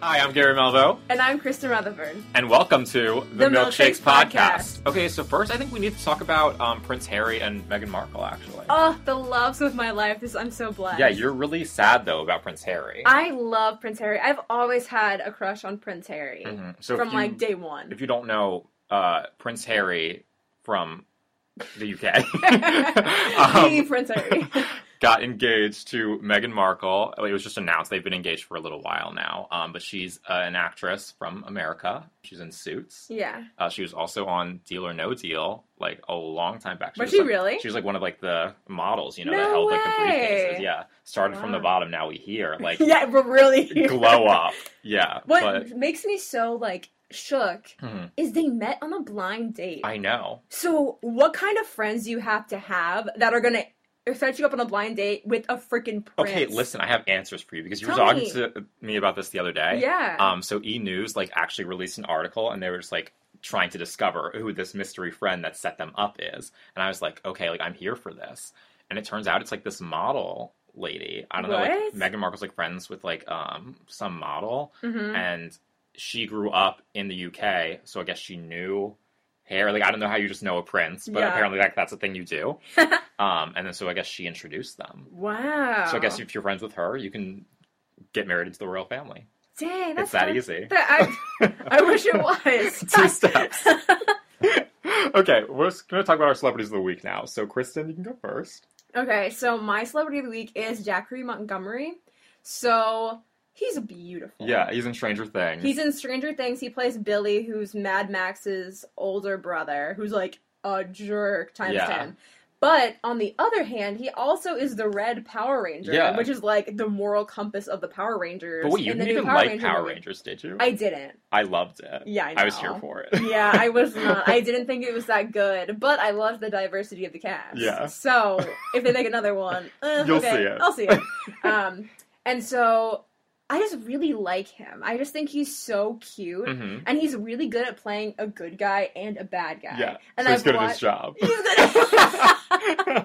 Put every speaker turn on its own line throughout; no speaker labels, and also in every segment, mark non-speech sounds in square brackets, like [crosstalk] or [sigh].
Hi, I'm Gary Malvo,
And I'm Kristen Rutherford.
and welcome to
The Milkshakes Podcast.
Okay, so first, I think we need to talk about um, Prince Harry and Meghan Markle, actually.
Oh, the loves of my life. This I'm so blessed.
yeah, you're really sad though about Prince Harry.
I love Prince Harry. I've always had a crush on Prince Harry
Mhm. So
from
if you,
like day one.
if you don't know uh, Prince Harry from the
[laughs]
UK,
the
[laughs] um,
Prince Harry. [laughs]
got engaged to Meghan Markle. It was just announced they've been engaged for a little while now, um, but she's uh, an actress from America. She's in Suits.
yeah.
Uh, she was also on Deal or No Deal, like a long time back.
Was
was
she
like-
really?
She was like one of like the models, you know, that
No
held like the
way.
briefcases. Yeah, started from the
Wow.
bottom. Now we
[laughs]
hear like
yeah, but really.
[laughs] glow up. Yeah,
What
but
makes me so like shook
Mhm.
is they met on a blind date.
hmm, I know.
so what kind of friends do you have to have that are gonna set you up on a blind date with a freaking prince?
Okay, listen, I have answers for you because you were
Tell
talking
me.
to me about this the other day.
Yeah.
Um. So E News like actually released an article, and they were just like trying to discover who this mystery friend that set them up is, and I was like, okay, like I'm here for this, and it turns out it's like this model lady. I don't know.
What?
Like Meghan Markle's like friends with like um some model,
Mhm.
and she grew up in the UK, so I guess she knew hair. Like I don't know how you just know a prince, but
Yeah.
apparently like that's a thing you do.
[laughs]
um. And then so I guess she introduced them.
Wow.
So I
Oh.
guess if you're friends with her, you can get married into the royal family.
Dang,
it's
that's
that
fun.
easy. [laughs]
That- I, I wish it was.
Two steps. okay, we're going to talk about our celebrities of the week now. So Kristen, you can go first.
[laughs] okay, so my celebrity of the week is Zachary Montgomery. So he's beautiful.
Yeah, he's in Stranger Things.
He's in Stranger Things. He plays Billy, who's Mad Max's older brother, who's like a jerk times
Yeah.
10. But on the other hand, he also is the Red Power Ranger,
Yeah.
which is like the moral compass of the Power Rangers.
but wait, you
in the
didn't
new
even like
Ranger
Power
movie.
Rangers, did you?
I didn't.
I loved it.
Yeah, I know.
I was here for
[laughs]
it.
yeah, I was
[laughs]
not. I didn't think it was that good, but I loved the diversity of the cast.
Yeah.
So if they make
[laughs]
another one, uh,
You'll
okay,
see it.
I'll
[laughs]
see it. Um, and so I just really like him. I just think he's so cute,
Mhm.
and he's really good at playing a good guy and a bad guy.
Yeah,
And
so he's
I've
good at his
watched-
job.
[laughs] He's good.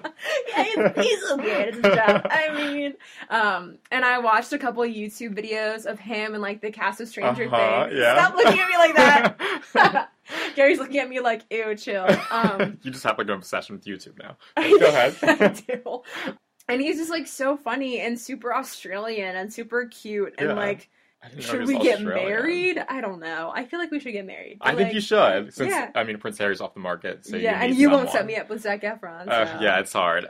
[laughs]
At- yeah, he's- he's so good at his job. I mean, um, and I watched a couple YouTube videos of him and like the cast of Stranger
Uh-huh,
Things.
yeah.
Stop looking at me
[laughs]
like [laughs] that. [laughs] Gary's looking at me like, ew, chill. Um,
[laughs] you just have like an obsession with YouTube now. Go ahead.
[laughs] I do. And he's just like so funny and super Australian and super cute and
Yeah.
like,
I didn't know he
should
was
we get
Australian.
married? I don't know. I feel like we should get married.
I
But,
think
like,
you should, since
yeah.
I mean Prince Harry's off the market. So
yeah,
you
and you won't set me up with Zac Efron. So.
Uh, yeah, it's hard.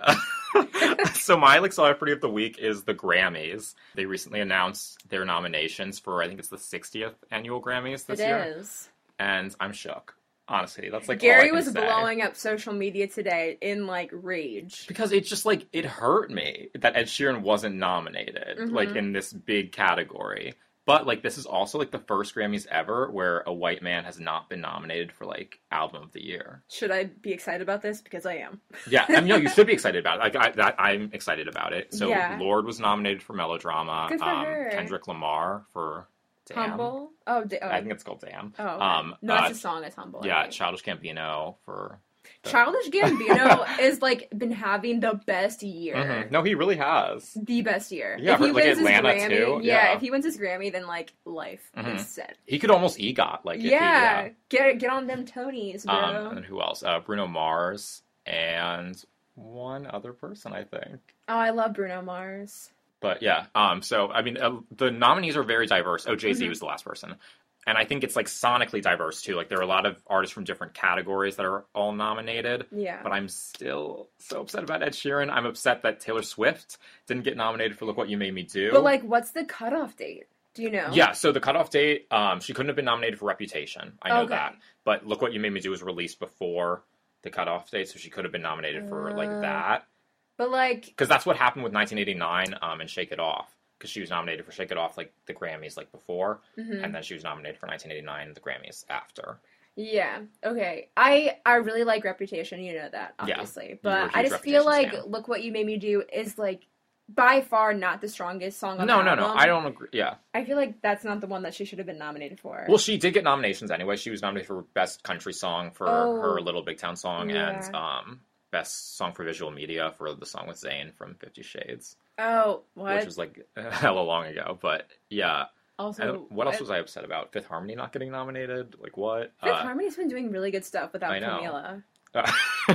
[laughs]
[laughs]
so my like celebrity of the week is the Grammys. They recently announced their nominations for I think it's the 60th annual Grammys
it
this year,
is.
and I'm shook. Honestly, that's like all I
Gary
can
was
say.
blowing up social media today in like rage.
because it's just like it hurt me that Ed Sheeran wasn't nominated
Mhm.
like in this big category. But like this is also like the first Grammys ever where a white man has not been nominated for like album of the year.
Should I be excited about this? Because I am.
Yeah, I mean, no, you should be excited about it. Like, I, that, I'm excited about it. So,
Yeah.
Lord was nominated for melodrama.
Good for
um,
her.
Kendrick Lamar for Damn.
Humble. Oh, da- oh,
I think it's called Damn.
oh, okay.
um,
no,
uh,
that's a song. It's humble. I
Yeah,
think.
Childish Gambino for.
Childish
[laughs] Uh-huh.
Gambino is like been having the best year.
Mhm. No, he really has.
The best year.
Yeah,
if
for,
he
like,
wins
Atlanta,
his Grammy,
too.
Yeah.
Yeah.
if he wins his Grammy, then like life
Mhm.
is set.
He could almost EGOT. Like, if he-
yeah, get get on them Tonys, bro.
Um, and who else? Uh, Bruno Mars and one other person, I think.
oh, I love Bruno Mars.
But yeah, um, so I mean, uh, the nominees are very diverse. Oh, Jay Z
Mhm.
was the last person, and I think it's like sonically diverse too. Like there are a lot of artists from different categories that are all nominated.
Yeah,
But I'm still so upset about Ed Sheeran. I'm upset that Taylor Swift didn't get nominated for "Look What You Made Me Do."
but like, what's the cutoff date? Do you know?
yeah. So the cutoff date, um, she couldn't have been nominated for Reputation. I know
Okay.
that. But "Look What You Made Me Do" was released before the cutoff date, so she could have been nominated for
Uh.
like that.
But like,
because that's what happened with 1989 um, and Shake It Off. Because she was nominated for Shake It Off like the Grammys like before,
mhm.
and then she was nominated for 1989 and the Grammys after.
yeah. Okay, I I really like Reputation. You know that, obviously.
were a
But I
huge
just feel like
Reputation
"Look What You Made Me Do" is like by far not the strongest song on
No,
the
no, no.
album.
I don't agree. Yeah.
I feel like that's not the one that she should have been nominated for.
Well, she did get nominations anyway. She was nominated for Best Country Song for
Oh.
her Little Big Town song
Yeah.
and um, Best Song for Visual Media for the song with Zayn from Fifty Shades,
oh,
which [laughs]
what?
was like hella long ago. But yeah,
Also,
and what else
I-
was I upset about? Fifth Harmony not getting nominated? Like what?
Fifth
Uh,
Harmony's been doing really good stuff without
I know.
Camila.
[laughs]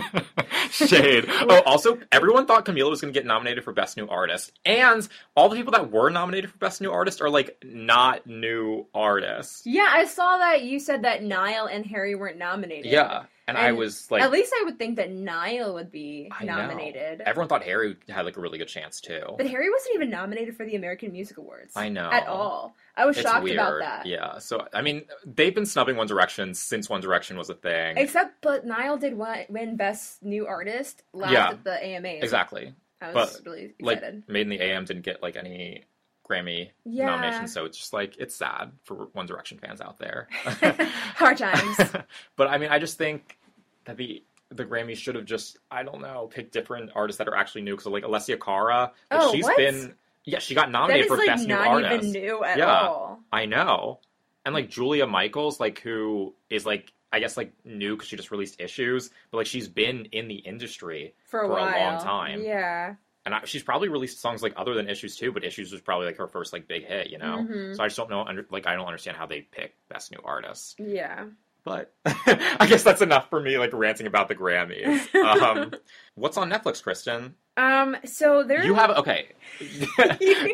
Shade. Oh, also, everyone thought Camila was going to get nominated for Best New Artist, and all the people that were nominated for Best New Artist are like not new artists.
Yeah, I saw that you said that Niall and Harry weren't nominated.
Yeah, and, I
And
was like,
At least I would think that Niall would be
I know.
nominated.
everyone thought Harry had like a really good chance too.
But Harry wasn't even nominated for the American Music Awards.
I know
At all. I was
It's
shocked
weird.
about that.
Yeah. So I mean, they've been snubbing One Direction since One Direction was a thing.
Except, but Niall did wa- win Best New Artist last
Yeah.
at the AMA.
exactly.
I was
but,
really
Like [laughs]
excited. [laughs]
Made in the AM didn't get like any Grammy
yeah.
nominations, so it's just like it's sad for One Direction fans out
[laughs]
there. [laughs]
Hard times.
but I mean, I just think that the the Grammys should have just I don't know picked different artists that are actually new because like Alessia Cara, like,
Oh,
she's
what?
been yeah she got
that
nominated
is
for
like
best new
not
artist.
even new at
Yeah.
all.
I know, and like Julia Michaels, like who is like I guess like new because she just released issues, but like she's been in the industry
For a,
For a long
while.
time.
Yeah.
and I, she's probably released songs like other than issues too, but issues was probably like her first like big hit, you know.
Mhm.
So I just don't know, under, like I don't understand how they pick best new artists.
Yeah.
But [laughs] I guess that's enough for me, like ranting about the
[laughs]
Grammys. Um, what's on Netflix, Kristen?
Um. So there.
You
[laughs]
have okay. [laughs]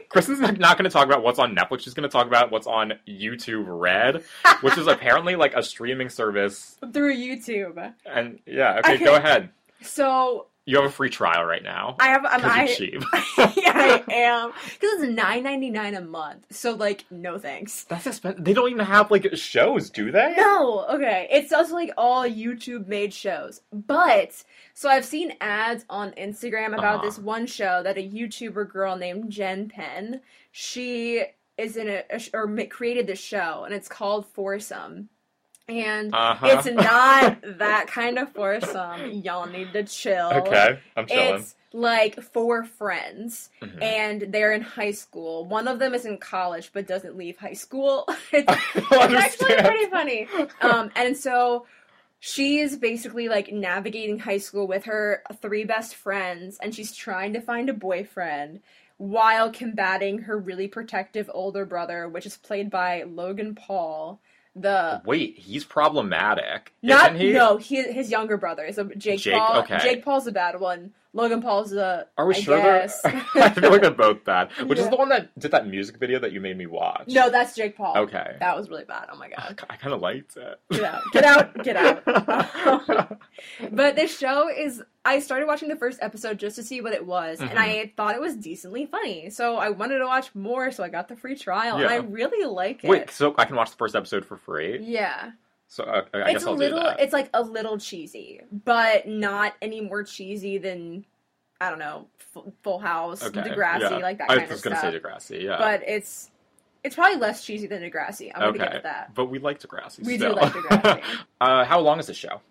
Kristen's not going to talk about what's on Netflix. She's going to talk about what's on YouTube Red, which is apparently like a streaming service.
through YouTube.
And yeah, okay,
Okay.
go ahead.
So
You have a free trial right now.
I have. Um,
'cause you're
I.
cheap. [laughs]
[laughs] yeah, I am. Because it's nine ninety nine a month. So like, no thanks.
That's expensive. They don't even have like shows, do they?
No, okay. It's also like all YouTube made shows. But so I've seen ads on Instagram about
Uh-huh.
this one show that a YouTuber girl named Jen Penn. She is in a, a sh- or ma- created this show, and it's called Foursome. And
Uh-huh.
it's not that kind of foursome. Y'all need to chill.
okay. I'm chilling.
It's like four friends,
Mhm. [laughs]
and they're in high school. One of them is in college but doesn't leave high school. [laughs] It's,
I
it's actually
understand.
pretty funny. Um, and so she is basically like navigating high school with her three best friends, and she's trying to find a boyfriend while combating her really protective older brother, which is played by Logan Paul. The
Wait, he's problematic,
not
isn't he?
no, he, his younger brother is a Jake,
Jake,
Paul.
okay.
Jake Paul's a bad one. Logan Paul's a
Are we
I
sure [laughs]
guess. [laughs]
they're? I feel like they're both bad. Which is
Yeah.
the one that did that music video that you made me watch?
no. That's Jake Paul.
Okay.
that was really bad. Oh my
I
god,
kind of liked it.
get out, get out, [laughs] Oh,
[laughs]
get out. but this show is. I started watching the first episode just to see what it was, and I
Mm-hmm.
thought it was decently funny. So I wanted to watch more. So I got the free trial, and I
Yeah.
really like it.
Wait, so I can watch the first episode for free?
Yeah,
So uh, I guess
it's a
I'll
little.
do that.
It's like a little cheesy, but not any more cheesy than I don't know, F- Full House, Degrassi,
yeah.
like that
I
kind
was
of
just
stuff.
gonna say Degrassi, yeah.
but it's it's probably less cheesy than Degrassi. I'm gonna get to that.
But we like Degrassi.
We do
still.
like Degrassi.
[laughs] uh, how long is the show?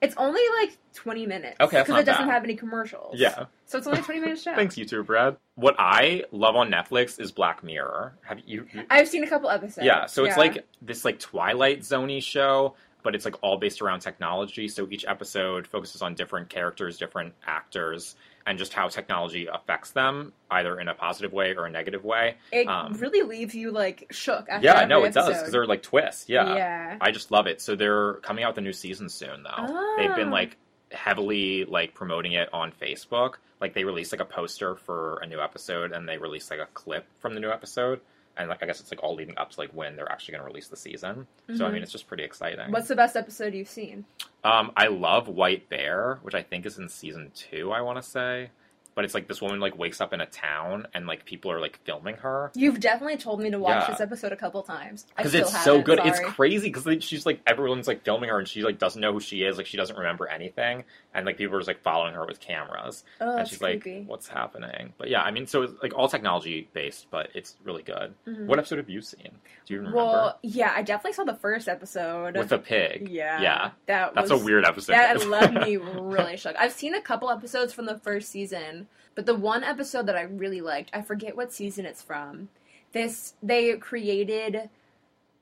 It's only like 20 minutes.
Okay, that's
because
not
it doesn't
bad.
have any commercials.
Yeah.
So it's only a 20 minute show.
Thanks, YouTube, Brad. What I love on Netflix is Black Mirror. Have you? you
I've seen a couple episodes.
yeah. So it's like this like Twilight Zoney show, but it's like all based around technology. So each episode focuses on different characters, different actors, and just how technology affects them, either in a positive way or a negative way.
it
um,
really leaves you like shook. After
yeah,
every
no, it does
episode.
because they're like twists. Yeah.
Yeah.
I just love it. So they're coming out with a new season soon, though. They've
Ah.
been like heavily like promoting it on Facebook. Like they released like a poster for a new episode, and they released like a clip from the new episode. And like I guess it's like all leading up to like when they're actually going to release the season. So I
Mhm.
mean, it's just pretty exciting.
What's the best episode you've seen?
Um, I love White Bear, which I think is in season two. I want to say, but it's like this woman like wakes up in a town, and like people are like filming her.
You've definitely told me to watch
Yeah.
this episode a couple times. I
because
still
it's so
haven't,
good.
Sorry.
It's crazy because she's like everyone's like filming her and she like doesn't know who she is. Like she doesn't remember anything, and like people are just like following her with cameras.
oh,
and
that's
she's
creepy.
like, "What's happening?" But yeah, I mean, so it's like all technology based, but it's really good.
Mhm.
What episode have you seen? Do you remember?
well, yeah, I definitely saw the first episode.
with a pig.
yeah,
yeah.
that
That's
was
a weird episode.
That
[laughs]
left me really shook. I've seen a couple episodes from the first season, but the one episode that I really liked, I forget what season it's from. This they created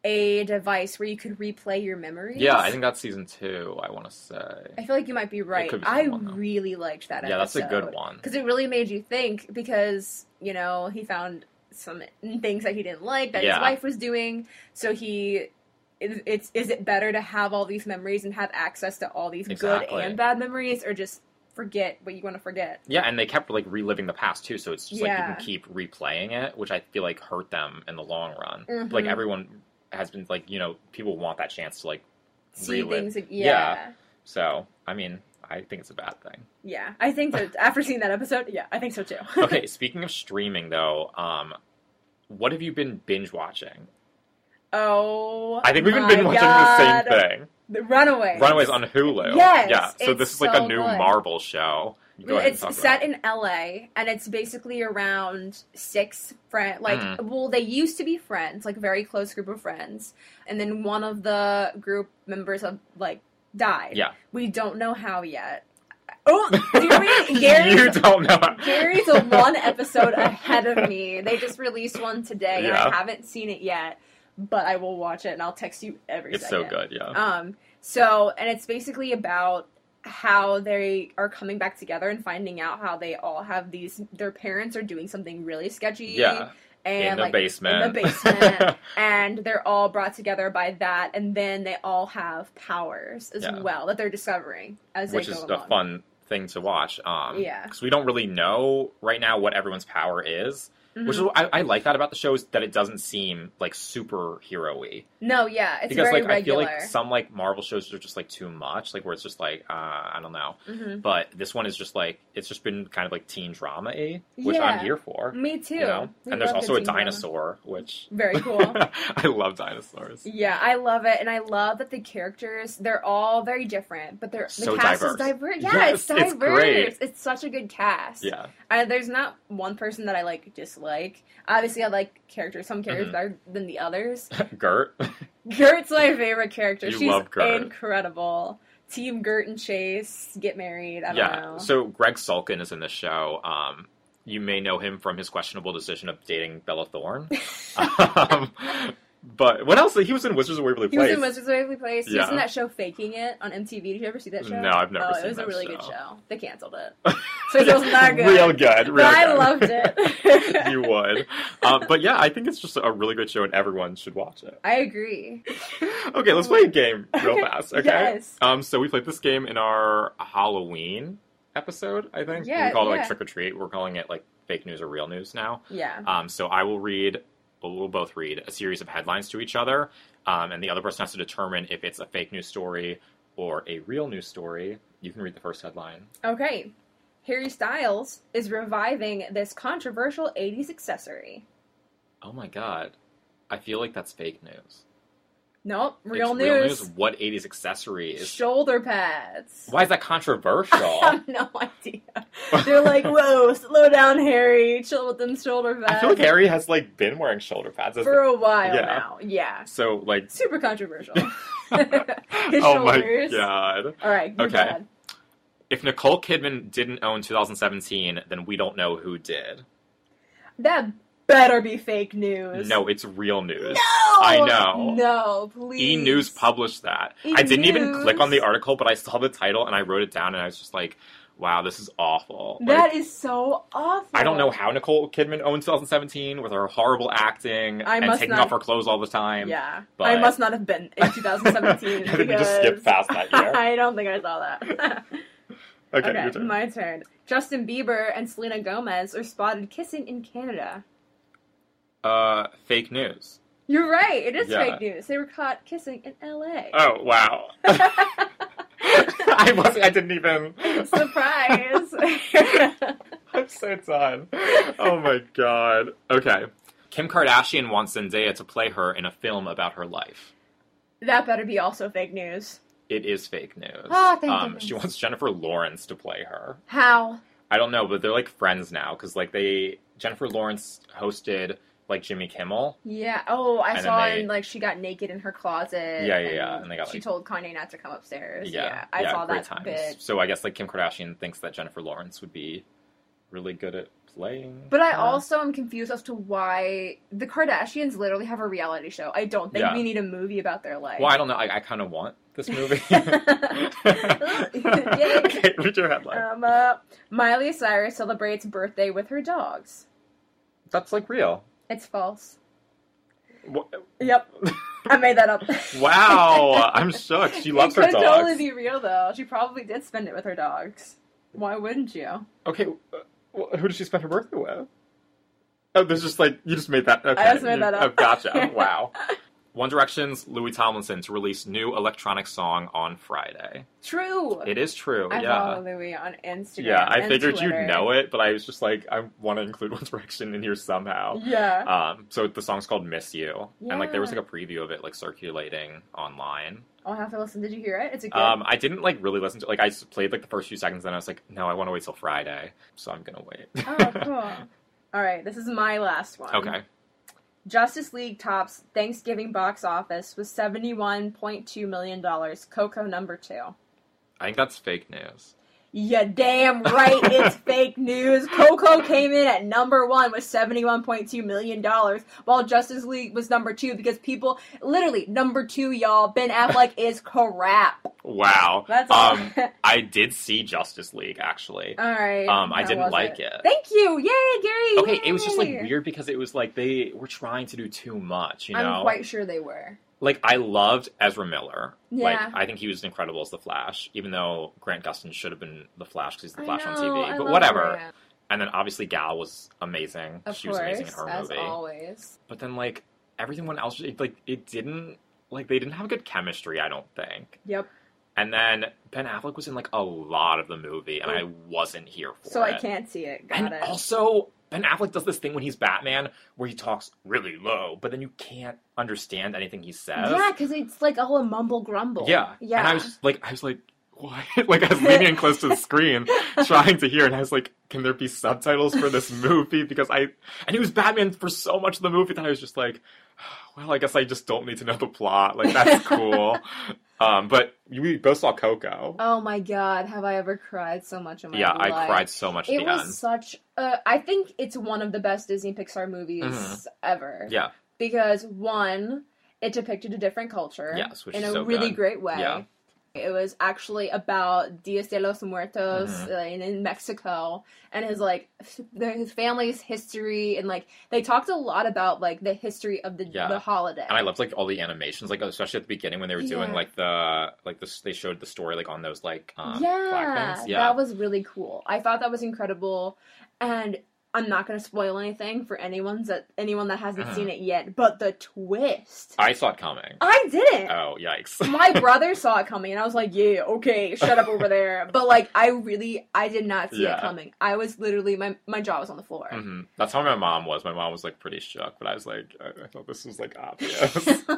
a device where you could replay your memories.
yeah, I think that's season two. I want to say.
I feel like you might be right.
could be
I
someone, though.
really liked that
Yeah, that's a good one.
Because it really made you think because, you know, he found some things that he didn't like that
Yeah.
his wife was doing. So he is, it's is it better to have all these memories and have access to all these
Exactly.
good and bad memories, or just forget what you want to forget?
Yeah, and they kept like reliving the past too, so it's just like you
Yeah.
can keep replaying it, which I feel like hurt them in the long run. But, Like
Mhm.
everyone has been like, you know, people want that chance to like
See
Relive.
things. ag-
Yeah.
yeah.
so I mean, I think it's a bad thing.
Yeah, I
[laughs]
think that after seeing that episode, yeah, I think so too.
Okay, speaking of streaming though, um what have you been binge watching?
oh,
I think we've been
my
binge watching
God.
the same thing.
The Runaways.
Runaways on Hulu.
Yes,
yeah. So
it's
this is like
so
a new
good.
Marvel show. You go ahead and
It's
talk about
set
it.
in LA, and it's basically around six friends. Like,
Mm.
well, they used to be friends, like very close group of friends, and then one of the group members of like died.
Yeah.
we don't know how yet. Oh, do you
[laughs]
mean Gary's
you don't know.
Gary's a one episode ahead of me. They just released one today, and
Yeah.
I haven't seen it yet, but I will watch it, and I'll text you every.
[laughs] It's so
second.
good, yeah.
Um. So, and it's basically about how they are coming back together and finding out how they all have these. Their parents are doing something really sketchy.
yeah.
And
in the
like,
basement.
in the basement.
[laughs]
and they're all brought together by that, and then they all have powers as
Yeah.
well that they're discovering as
which
they
is
go
a
along.
fun thing to watch. Um,
Yeah.
because we don't really know right now what everyone's power is,
Mhm.
which is I, I like that about the show is that it doesn't seem like superhero-y.
no, yeah, it's
because
very
like
regular.
I feel like some like Marvel shows are just like too much, like where it's just like uh, I don't know.
Mhm.
But this one is just like it's just been kind of like teen drama-y, which I'm
Yeah.
here for.
Me too.
You know,
We
and there's
love
also a
Disney drama.
dinosaur, which [laughs]
Very cool.
I love dinosaurs.
yeah, I love it, and I love that the characters—they're all very different, but they're
So
the cast
diverse.
is diverse. Yeah, it's
Yes,
diverse.
it's great.
It's such a good cast.
Yeah,
I, there's not one person that I like dislike. Obviously, I like characters. Some characters
Mhm.
better than the others. [laughs]
Gert.
Gert's my favorite character.
You
She's
love Gert.
incredible. Team Gert and Chase get married. I don't
yeah.
know.
So Greg Sulkin is in the show. Um, you may know him from his questionable decision of dating Bella
[laughs]
Thorne. um, but what else? He was in Wizards of Waverly
he
Place.
was in Wizards of Waverly Place. He was
Yeah.
in that show Faking It on MTV. Did you ever see that show?
No, I've never
Oh,
seen
it was
that
a really
show.
good show. They canceled
[laughs]
it. So it was not good.
Real good. Real
But I
good.
loved
[laughs]
it. [laughs]
you would. Um, but yeah, I think it's just a really good show, and everyone should watch it.
I agree.
Okay, let's play a game real
Okay.
fast. Okay.
Yes.
Um, so we played this game in our Halloween episode. I think
Yeah,
we called it
yeah.
like trick or treat. We're calling it like fake news or real news now.
Yeah.
Um, so I will read, well, we'll both read a series of headlines to each other, um, and the other person has to determine if it's a fake news story or a real news story. You can read the first headline.
Okay. Harry Styles is reviving this controversial 80s accessory.
Oh my god, I feel like that's fake news.
Nope, real
It's
news.
What '80s accessory is?
Shoulder pads.
Why is that
[laughs] I
controversial?
have no
[laughs]
idea. They're like, whoa, slow down, Harry. Chill with them shoulder pads.
I feel like Harry has like been wearing shoulder pads. As
For a while
Yeah.
now. Yeah.
so
[gasps]
like, [laughs]
Super controversial. [laughs]
oh my
shoulders.
god.
All right. you're
Okay.
bad.
If Nicole Kidman didn't own 2017, then we don't know who did.
That better be fake news.
No, it's real news.
No!
I know.
No, please.
E News published that.
E!
I didn't even click on the
News.
article, but I saw the title and I wrote it down, and I was just like, "Wow, this is awful." Like,
That is so awful.
I don't know how Nicole Kidman owned 2017 with her horrible acting
I
and
must
taking
not-
off her clothes all the time.
Yeah,
but-
I must not have been in
[laughs]
2017.
I think you just skipped
because
past that year.
[laughs] I don't think I saw that.
[laughs] Okay,
okay,
your turn.
my turn. Justin Bieber and Selena Gomez are spotted kissing in Canada.
Uh, fake news.
You're right. It is
Yeah.
fake news. They were caught kissing in L.A.
Oh wow. [laughs] I was. not I didn't even. [laughs]
Surprise! [laughs]
I'm so done. Oh my god. Okay. Kim Kardashian wants Zendaya to play her in a film about her life.
that better be also fake news.
It is fake news.
Oh, thank
um,
goodness.
She wants Jennifer Lawrence to play her.
How?
I don't know, but they're like friends now because like they Jennifer Lawrence hosted like Jimmy Kimmel.
Yeah. Oh, I
And then
saw
they-
and like she got naked in her closet.
Yeah, yeah, yeah, and they got,
she
like-
told Kanye not to come upstairs.
Yeah,
Yeah, I saw
great
that
times.
bit.
So I guess like Kim Kardashian thinks that Jennifer Lawrence would be really good at playing.
But I
her.
also am confused as to why the Kardashians literally have a reality show. I don't think
Yeah.
we need a movie about their life.
well, I don't know. I, I kind of want this
[laughs]
movie.
Yay.
[laughs] okay, read your headline.
Um, uh, Miley Cyrus celebrates birthday with her dogs.
That's like real.
It's false.
Wha-
Yep. I made that up.
[laughs] Wow, I'm shook. She loves
it
her
could totally
dogs.
be real though. She probably did spend it with her dogs. Why wouldn't you?
Okay, uh, well, who did she spend her birthday with? Oh, there's just like you just made that. Okay.
just made
you-
that up.
Oh,
[laughs]
gotcha. wow. One Direction's Louis Tomlinson to release new electronic song on Friday.
True.
It is true.
I
yeah.
follow Louis on Instagram.
Yeah, I
and
figured
Twitter.
you'd know it, but I was just like, I want to include One Direction in here somehow.
Yeah.
Um, so the song's called "Miss You," and like there was
Yeah.
like a preview of it like circulating online.
I'll have to listen. Did you hear it? It's a good.
Um, I didn't like really listen to like I s- played like the first few seconds, and I was like, no, I want to wait till Friday, so I'm gonna
[laughs]
wait.
oh, cool. All right, this is my last one.
okay,
Justice League tops Thanksgiving box office with seventy-one point two million dollars. Coco number two.
I think that's fake news.
Yeah,
[laughs]
damn right, it's fake news. Coco came in at number one with seventy-one point two million dollars, while Justice League was number two because people, literally number two, y'all.
[laughs]
Ben Affleck is crap.
Wow.
That's all.
um, I did see Justice League actually.
[laughs] all right.
Um, I
how
didn't
was
like it.
Thank you, yay, Gary.
Okay, it was just like
Oh, yay.
weird because it was like they were trying to do too much, you know.
I'm quite sure they were.
like I loved Ezra Miller.
Yeah.
Like I think he was incredible as the Flash, even though Grant Gustin should have been the Flash because he's the
I
Flash on
know, I
TV. But
love
whatever.
Grant.
And then obviously Gal was amazing.
Of
she was
course,
amazing in her
as
movie.
always.
But then like everyone else, it, like it didn't like they didn't have good chemistry. I don't think.
Yep.
And then Ben Affleck was in like a lot of the movie, and I wasn't here for
So
it.
I can't see it. Got
and
it.
also, Ben Affleck does this thing when he's Batman where he talks really low, but then you can't understand anything he says.
yeah, because it's like all a mumble grumble.
Yeah.
Yeah.
And I was like, I was like, what? [laughs] like I was
[laughs]
leaning close to the screen, trying to hear, and I was like, can there be subtitles for this movie? Because I and he was Batman for so much of the movie that I was just like, "Ah, well, I guess I just don't need to know the plot. Like
[laughs]
that's cool. um, but we both saw Coco.
Oh my god, have I ever cried so much in my
yeah,
life?
I cried so much at
It
the
was
end.
such. A, I think it's one of the best Disney Pixar movies
Mhm.
ever.
Yeah.
Because one, it depicted a different culture.
Yes, which
in
is
a
so
really
good.
great way.
Yeah.
It was actually about Diaz de los Muertos
Mhm.
uh, in, in Mexico and his like f- their- his family's history and like they talked a lot about like the history of the
Yeah.
the holiday.
And I loved like all the animations, like especially at the beginning when they were doing
Yeah.
like the like this they showed the story like on those like um
yeah,
black things. Yeah.
that was really cool. I thought that was incredible, and I'm not gonna spoil anything for anyone's that anyone that hasn't
Mhm.
seen it yet. But the twist, I,
I saw it coming.
didn't.
Oh yikes.
My brother saw it coming, and I was like, "Yeah, okay, shut up
[laughs]
over there." But like, I really, I did not see
Yeah.
it coming. I was literally my my jaw was on the floor.
hmm That's how my mom was. My mom was like pretty shook, but I was like, I, I thought this was like
[laughs]
obvious. [laughs]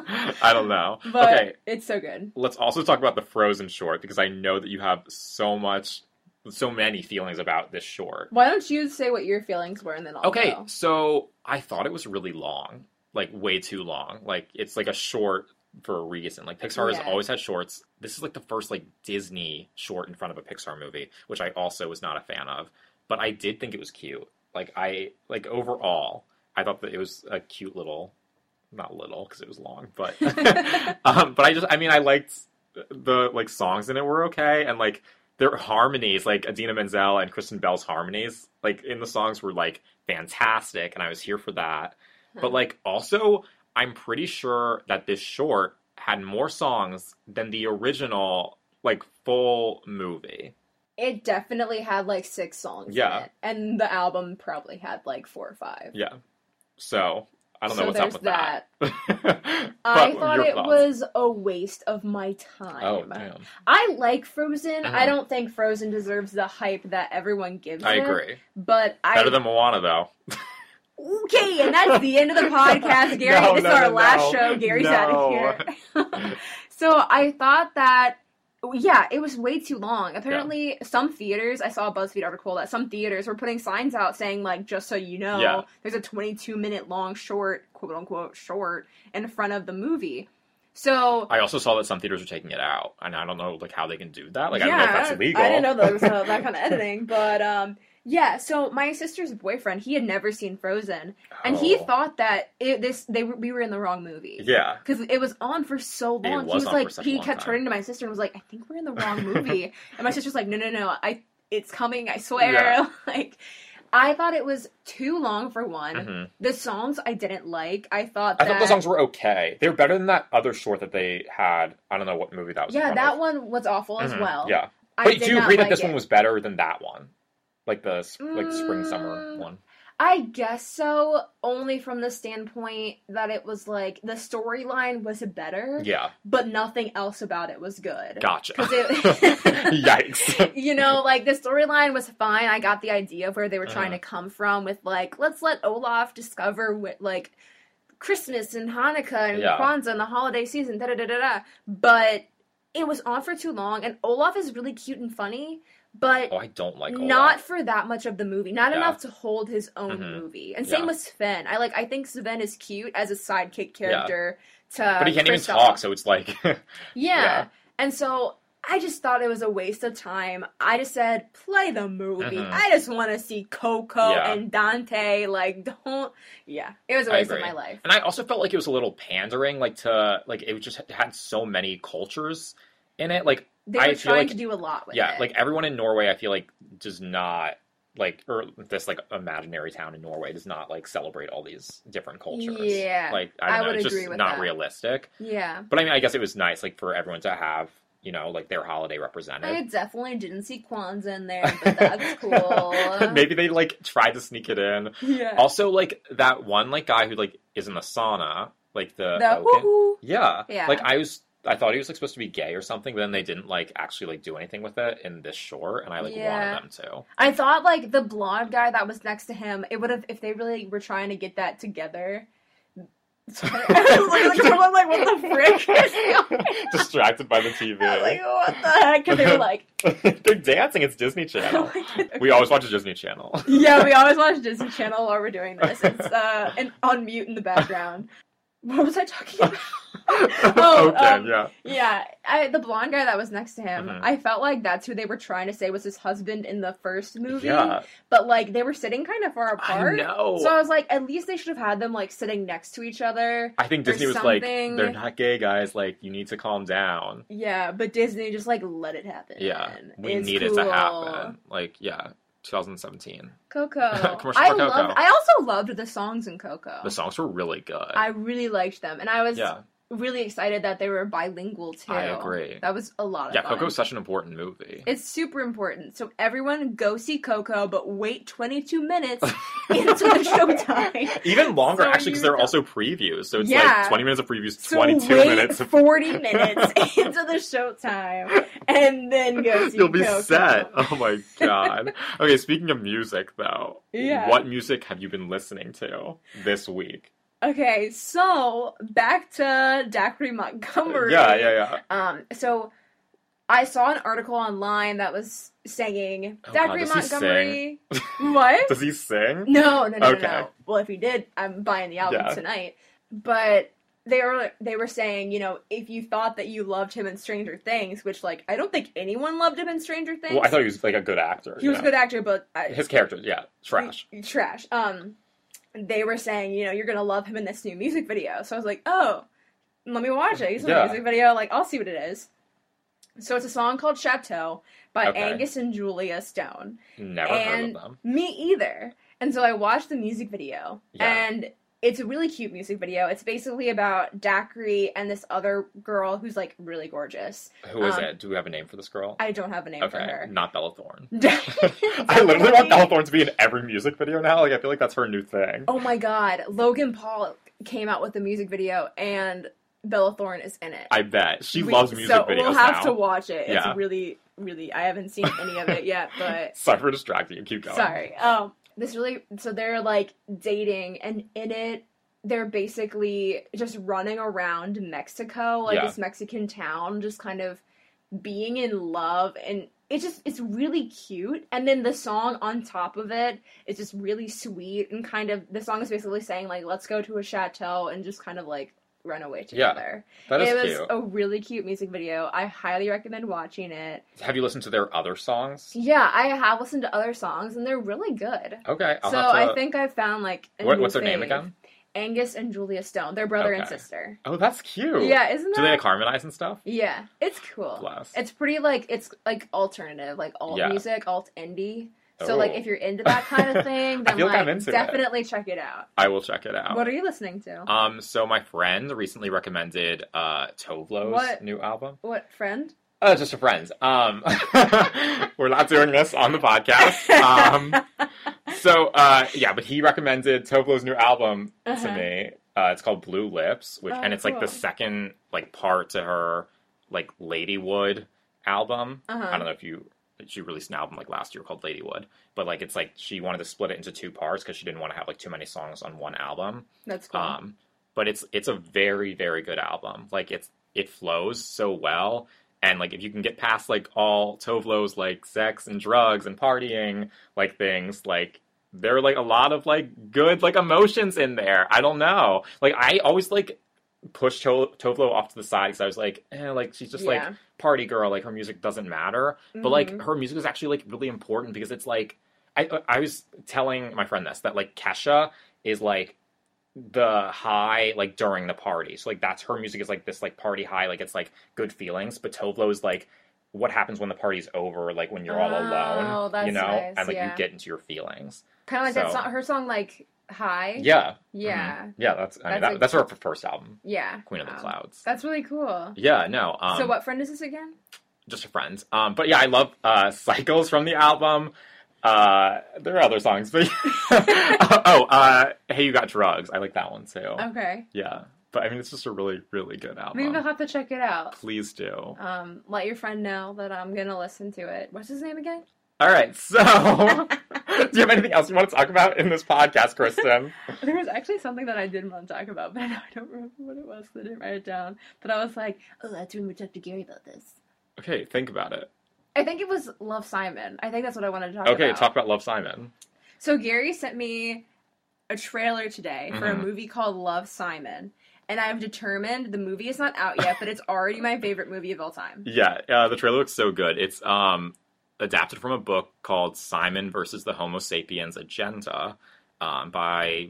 I don't know.
But
Mm-hmm. Okay,
it's so good.
let's also talk about the Frozen short because I know that you have so much, so many feelings about this short.
Why don't you say what your feelings were, and then I'll
Okay,
go.
so I thought it was really long, like way too long. Like it's like a short for a reason. Like Pixar has
Yeah.
always had shorts. This is like the first like Disney short in front of a Pixar movie, which I also was not a fan of. But I did think it was cute. Like I like overall, I thought that it was a cute little, not little because it was long, but
[laughs]
[laughs] um, but I just I mean I liked the like songs in it were okay and like their harmonies like Adina Menzel and Kristen Bell's harmonies like in the songs were like fantastic and I was here for that.
Hmm.
But like also I'm pretty sure that this short had more songs than the original like full movie.
It definitely had like six songs.
Yeah.
in it, and the album probably had like four or five.
Yeah. So I don't know
So
what's up
there's
with [laughs] that.
I
But
thought
your
it
thoughts?
was a waste of my time.
Oh damn.
I like Frozen. I
Uh-huh.
don't think Frozen deserves the hype that everyone gives
I
it.
agree.
But I
Better than Moana though.
Okay, and that's the end of
[laughs]
the podcast, Gary.
No,
this
no,
is our
no, no.
last show. Gary's
No.
out of here. so I thought that yeah, it was way too long. Apparently, some theaters, I saw a BuzzFeed article that some theaters were putting signs out saying, like, just so you know,
Yeah.
there's a 22 minute long short, quote unquote, short in front of the movie. So
[laughs] I also saw that some theaters are taking it out, and I don't know like how they can do that. Uh, Like I don't know if
I-
that's legal.
I didn't
[laughs]
know there was uh, that kind of editing, but um, yeah. So my sister's boyfriend, he had never seen Frozen, and he
Oh.
thought that it, this they were, we were in the wrong movie
Yeah.
because it was on for so long. he
was
was
on
like,
for such a
he
long
kept
time.
turning to my sister and was like, "I think
[laughs]
we're in the wrong movie," and my sister's [laughs] like, "No, no, no, I, it's coming, I swear."
Yeah.
Like, I thought it was too long for one.
Mhm.
The songs I didn't like. I thought
I
that
thought the songs were okay. They were better than that other short that they had. I don't know what movie that was.
Yeah,
from
that
of.
one was awful as
Mhm,
well.
Yeah,
I
but
did
do you
not
agree that
like
this
it.
one was better than that one? Like the sp- like the spring summer
Mm.
one.
I guess so, only from the standpoint that it was like the storyline was better,
Yeah,
but nothing else about it was good.
gotcha. [laughs]
[laughs] 'Cause it- [laughs]
Yikes. [laughs]
you know, like the storyline was fine. I got the idea of where they were
Uh-huh.
trying to come from with like, let's let Olaf discover what like Christmas and Hanukkah and
Yeah.
Kwanzaa and the holiday season, da da da da da. But it was on for too long, and Olaf is really cute and funny, but
Oh, I don't like Olaf.
not for that much of the movie, not
Yeah.
enough to hold his own
Mhm.
movie. And same
Yeah.
with Sven. I like. I think Sven is cute as a sidekick character to.
but he can't even
Kristoff.
talk, so it's like [laughs]
Yeah.
Yeah.
And so I just thought it was a waste of time. I just said, play the movie.
Mhm.
I just want to see Coco
Yeah.
and Dante. Like, don't. [laughs] Yeah. It was a
I
waste of
agree.
my life.
And I also felt like it was a little pandering, like to like it just had so many cultures in it. Like
They
I
were
feel
trying
like-
to do a lot with
yeah,
it.
like everyone in Norway, I feel like does not like or this like imaginary town in Norway does not like celebrate all these different cultures.
Yeah,
like I, don't
I
know,
would
it's
agree
just
with
not
that.
realistic.
yeah.
But I mean, I guess it was nice like for everyone to have you know like their holiday
I
represented.
definitely didn't see Kwanzaa in there, but
[laughs]
that's cool.
Maybe they like tried to sneak it in.
[laughs] Yeah.
Also, like that one like guy who like is in the sauna, like the,
the
Oaken-
woo
Yeah.
Yeah.
Like I was I thought he was like supposed to be gay or something, but then they didn't like actually like do anything with it in this short and I like
Yeah.
wanted them to.
[laughs] I thought like the blonde guy that was next to him, it would have if they really were trying to get
[laughs]
that together. [laughs] Sorry. I was like, looking at him, I'm like, what the frick? is going on? [laughs]
Distracted by the
I was like, "Oh,
TV.
what the heck? And they were
[laughs]
like, [laughs]
They're dancing, it's Disney Channel. We always watch a Disney Channel. [laughs]
yeah, we always watch Disney Channel while we're doing this. It's uh, and on mute in the background. What was I talking about?
oh, okay,
um,
yeah.
Yeah, I, the blonde guy that was next to him,
Mhm.
I felt like that's who they were trying to say was his husband in the first movie.
Yeah.
But like they were sitting kind of far
I
apart.
know.
So I was like, at least they should have had them like sitting next to each other.
I think
or
Disney was like,
something.
they're not gay guys, like you need to calm down.
Yeah, but Disney just like let it happen.
Yeah. We
It's
need
cool.
it to happen. Like, yeah. 2017.
Coco.
[laughs] Commercial
I
for Coco.
loved. I also loved the songs in Coco.
The songs were really good.
Oh. I really liked them, and I was
yeah,
really excited that they were bilingual too.
I agree.
That was a lot of
Yeah,
fun. [laughs]
Coco's such an important movie.
It's super important. So everyone go see Coco, but wait 22
[laughs]
minutes into the showtime.
Even longer,
So
actually, because
you
there are
don't-
also previews. So it's
Yeah.
like 20 minutes of previews,
So
22
wait
minutes of.
40
[laughs]
minutes into the showtime, and then go
[laughs]
see
You'll be
Coco.
set. Oh my god. okay, speaking of music, though,
Yeah.
what music have you been listening to this week?
Okay, so back to Dacry Montgomery.
Yeah, yeah, yeah.
Um, so I saw an article online that was saying
Oh God,
Dacry
does he
Montgomery.
[laughs]
what?
Does he sing?
No, no, no,
Okay.
no, no. Well, if he did, I'm buying the album
Yeah.
tonight. But they were they were saying, you know, if you thought that you loved him in Stranger Things, which like I don't think anyone loved him in Stranger Things.
Well, I thought he was like a good actor.
he was
yeah.
a good actor, but I,
His character, yeah, trash.
Trash. Um, they were saying, you know, you're gonna love him in this new music video. So I was like, oh, let me watch it. He's in
Yeah.
the music video. Like, I'll see what it is. So it's a song called Chateau by
Okay.
Angus and Julia Stone.
Never
and
heard of them.
me either. And so I watched the music video,
Yeah.
and it's a really cute music video. It's basically about Dacry and this other girl who's like really gorgeous.
Who is
um,
it? Do we have a name for this girl?
I don't have a name for
okay,
her.
not Bella Thorne. [laughs] I
I
literally want Bella Thorne to be in every music video now. Like, I feel like that's her new thing.
[laughs] Oh my god, Logan Paul came out with a music video and Bella Thorne is in it.
I bet she
We-
loves music
so
videos
We'll have
now.
to watch it. It's
Yeah.
really, really. I haven't seen any of
[laughs]
it yet, but
Sorry for distracting you. Keep going.
sorry. Um, this really. So they're like dating, and in it, they're basically just running around Mexico, like
Yeah.
this Mexican town, just kind of being in love and. It's just it's really cute, and then the song on top of it it's just really sweet and kind of the song is basically saying like let's go to a chateau and just kind of like run away
Yeah,
together
That is
it was
cute.
a really cute music video i highly recommend watching it
Have you listened to their other songs?
yeah i have listened to other songs and they're really good
Okay. I'll
so
have to...
i think i found like a
Oh, What,
new
what's their name
fave.
again?
angus and julia stone they're brother and
Okay.
sister
Oh, that's cute.
yeah isn't
Do they
that
like harmonize and stuff?
yeah it's cool
Bless.
it's pretty like it's like alternative like alt
Yeah.
music alt indie So like
Oh.
if you're into that
[laughs]
kind of thing,
I
then
feel
like,
like I'm into it.
definitely check it out.
I will check it out.
What are you listening to?
um, so my friend recently recommended uh Tovlo's
What?
new album.
what friend?
Oh, just a friend.
[laughs]
Um, we're not doing this on the podcast. Um,
[laughs]
so uh, yeah, but he recommended Tovlo's new album
Uh-huh.
to me. Uh, it's called Blue Lips, which
Oh,
and it's like
cool.
the second like part to her like Ladywood album. I
Uh-huh.
don't know if you she released an album like last year called Ladywood, but like it's like she wanted to split it into two parts because she didn't want to have like too many songs on one album.
That's cool.
Um, but it's it's a very very good album. Like it's it flows so well, and like if you can get past like all Tovlo's like sex and drugs and partying like things, like there are like a lot of like good like emotions in there. I don't know. Like I always like push to- Tovlo off to the side because I was like, eh, like she's just like
Yeah.
party girl. Like her music doesn't matter but
Mhm.
like her music is actually like really important because it's like I I was telling my friend this that like Kesha is like the high like during the party. So like that's her music is like this like party high like it's like good feelings, but Tovlo is like what happens when the party's over, like when you're all
Oh,
alone,
that's
you know,
nice,
and like
yeah.
you get into your feelings.
kind of like that
so-
song, her song like High.
Yeah, Mm-hmm.
Yeah.
yeah. That's I mean,
That's
that's,
a-
that, that's her first album,
Yeah.
Queen of the
Um,
Clouds.
That's really cool.
Yeah, no. Um,
so what friend is this again?
just a friend. Um, but yeah, I love uh, Cycles from the album. Uh, there are other songs, but [laughs] oh, uh, Hey, You Got Drugs. I like that one too.
Okay.
Yeah, but I mean, it's just a really, really good
Maybe we'll
album.
have to check it out.
Please do.
Um, let your friend know that I'm gonna listen to it. What's his
[laughs]
name again?
All right, so do you have anything else you want to talk about in this podcast,
[laughs]
Kristen?
There was actually something that I did want to talk about, [laughs] but I don't remember what it was. 'cause I didn't write it down. But I was like, oh, that's when we talked to Gary about this.
Okay, think about it.
I think it was Love Simon. I think that's what I wanted to talk about.
Okay, talk about Love Simon.
So Gary sent me a trailer today for a
Mhm.
movie called Love Simon, and I've determined the movie is not out yet, but it's already my favorite movie of all time.
Yeah, uh, the trailer looks so good. It's um, adapted from a book called Simon versus the Homo Sapiens Agenda um, by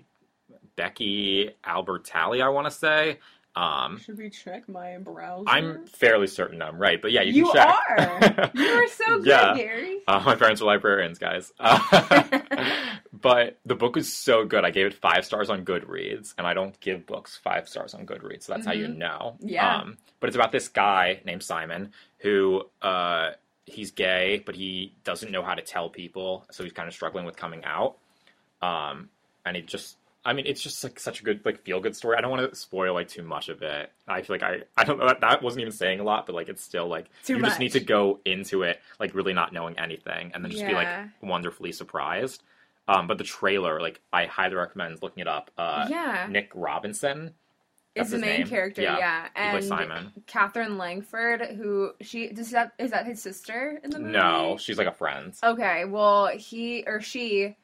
Becky Albertalli, I want to say. Um,
Should we check my browser?
I'm fairly certain I'm right, but yeah, you can
Mm-hmm. You
check. [laughs]
are. You are so good,
Yeah.
Gary.
Uh, my parents were librarians, guys. Uh, but the book is so good. I gave it five stars on Goodreads, and I don't give books five stars on Goodreads, so that's how you
Mhm.
know.
Yeah.
Um, but it's about this guy named Simon who uh, he's gay, but he doesn't know how to tell people, so he's kind of struggling with coming out. Um, and it just. I mean, it's just like such a good, like, feel good story. I don't want to spoil like too much of it. I feel like I, I don't know that that wasn't even saying a lot, but like, it's still like
Too
you
much.
just need to go into it like really not knowing anything and then just be
Yeah.
like wonderfully surprised um but the trailer like i highly recommend looking it up uh
yeah,
nick robinson that's
it's the
his
main
name.
character. Yeah,
Yeah.
and
like simon
Catherine Langford, who she does that is that his sister in the movie?
no she's like a friend
Okay, well, he or she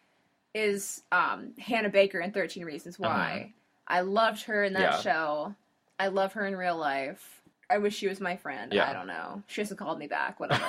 is um, Hannah Baker in 13 Reasons Why. I loved her in that
Uh-huh. Yeah.
show. I love her in real life. I wish she was my friend.
Yeah.
I don't know. She hasn't called
[laughs]
me back, whatever.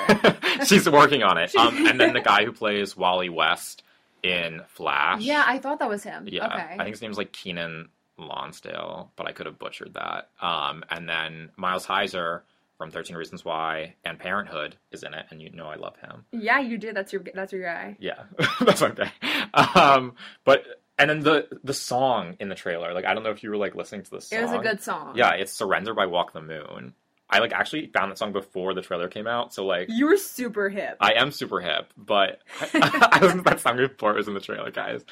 she's working on
[laughs]
it um and then the guy who plays wally west in flash
yeah, I thought that was him.
Yeah,
Okay.
I think his name's like Keenan Lonsdale, but I could have butchered that. Um, and then Miles Heiser from Thirteen Reasons Why and Parenthood is in it, and you know I love him.
yeah, you did. That's your that's your guy.
Yeah, [laughs] that's my day. Um, but and then the the song in the trailer, like I don't know if you were like listening to the song.
It was a good song.
Yeah, it's "Surrender" by Walk the Moon. I like actually found that song before the trailer came out, so like
You were super hip.
I am super hip, but [laughs] I, I listened to that song before it was in the trailer, guys.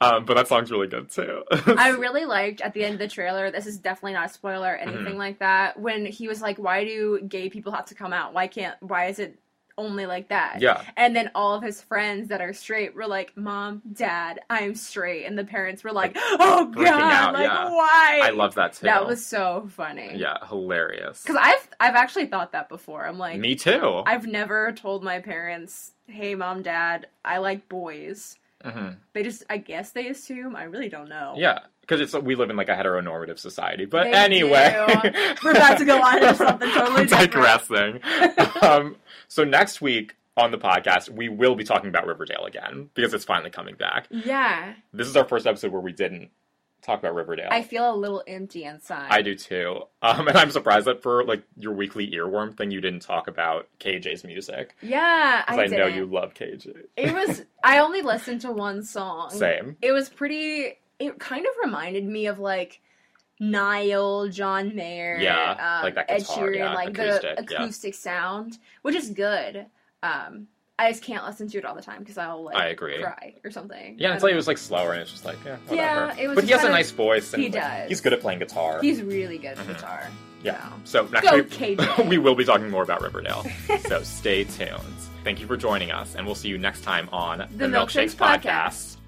Um, but that song's really good too.
I really liked at the end of the trailer. This is definitely not a spoiler or anything
Mm-hmm.
like that. When he was like, "Why do gay people have to come out? Why can't? Why is it only like
[laughs]
that?"
yeah.
And then all of his friends that are straight were like, "Mom, Dad, I'm straight," and the parents were like, "Oh God,
freaking out,
like
yeah.
why?"
I love that too.
that was so funny.
yeah, hilarious.
because I've I've actually thought that before. I'm like,
Me too.
I've never told my parents, "Hey, Mom, Dad, I like boys."
Mhm.
They just, I guess they assume. I really don't know.
Yeah, because it's we live in like a heteronormative society. But
They
anyway,
do. We're about to go on
[laughs]
to something totally different.
digressing.
[laughs]
um, so next week on the podcast, we will be talking about Riverdale again because it's finally coming back.
Yeah.
This is our first episode where we didn't Talk about Riverdale.
I feel a little empty inside.
I do too. Um, and I'm surprised that for like your weekly earworm thing, you didn't talk about KJ's music
Yeah, I,
because I, know
didn't.
you love KJ. [laughs]
It was. I only listened to one song.
Same.
It was pretty. It kind of reminded me of like Niall, John Mayer,
Yeah,
um,
like that guitar,
Ed Sheeran,
yeah,
like the
acoustic, yeah.
acoustic sound, which is good. Um, I just can't listen to it all the time because I'll like
I agree.
cry or something.
Yeah,
I
it's like
don't
it was like slower, and it's just like yeah, whatever.
Yeah, it was
but he has
just
a
kinda-
nice voice, and
he
like,
does.
he's good at playing guitar.
know. he's really good at
Mhm.
guitar.
Yeah.
so.
So next
Go,
week, [laughs]
KJ.
we will be talking more about
[laughs]
Riverdale. so stay tuned. Thank you for joining us, and we'll see you next time on
The Milkshakes Podcast.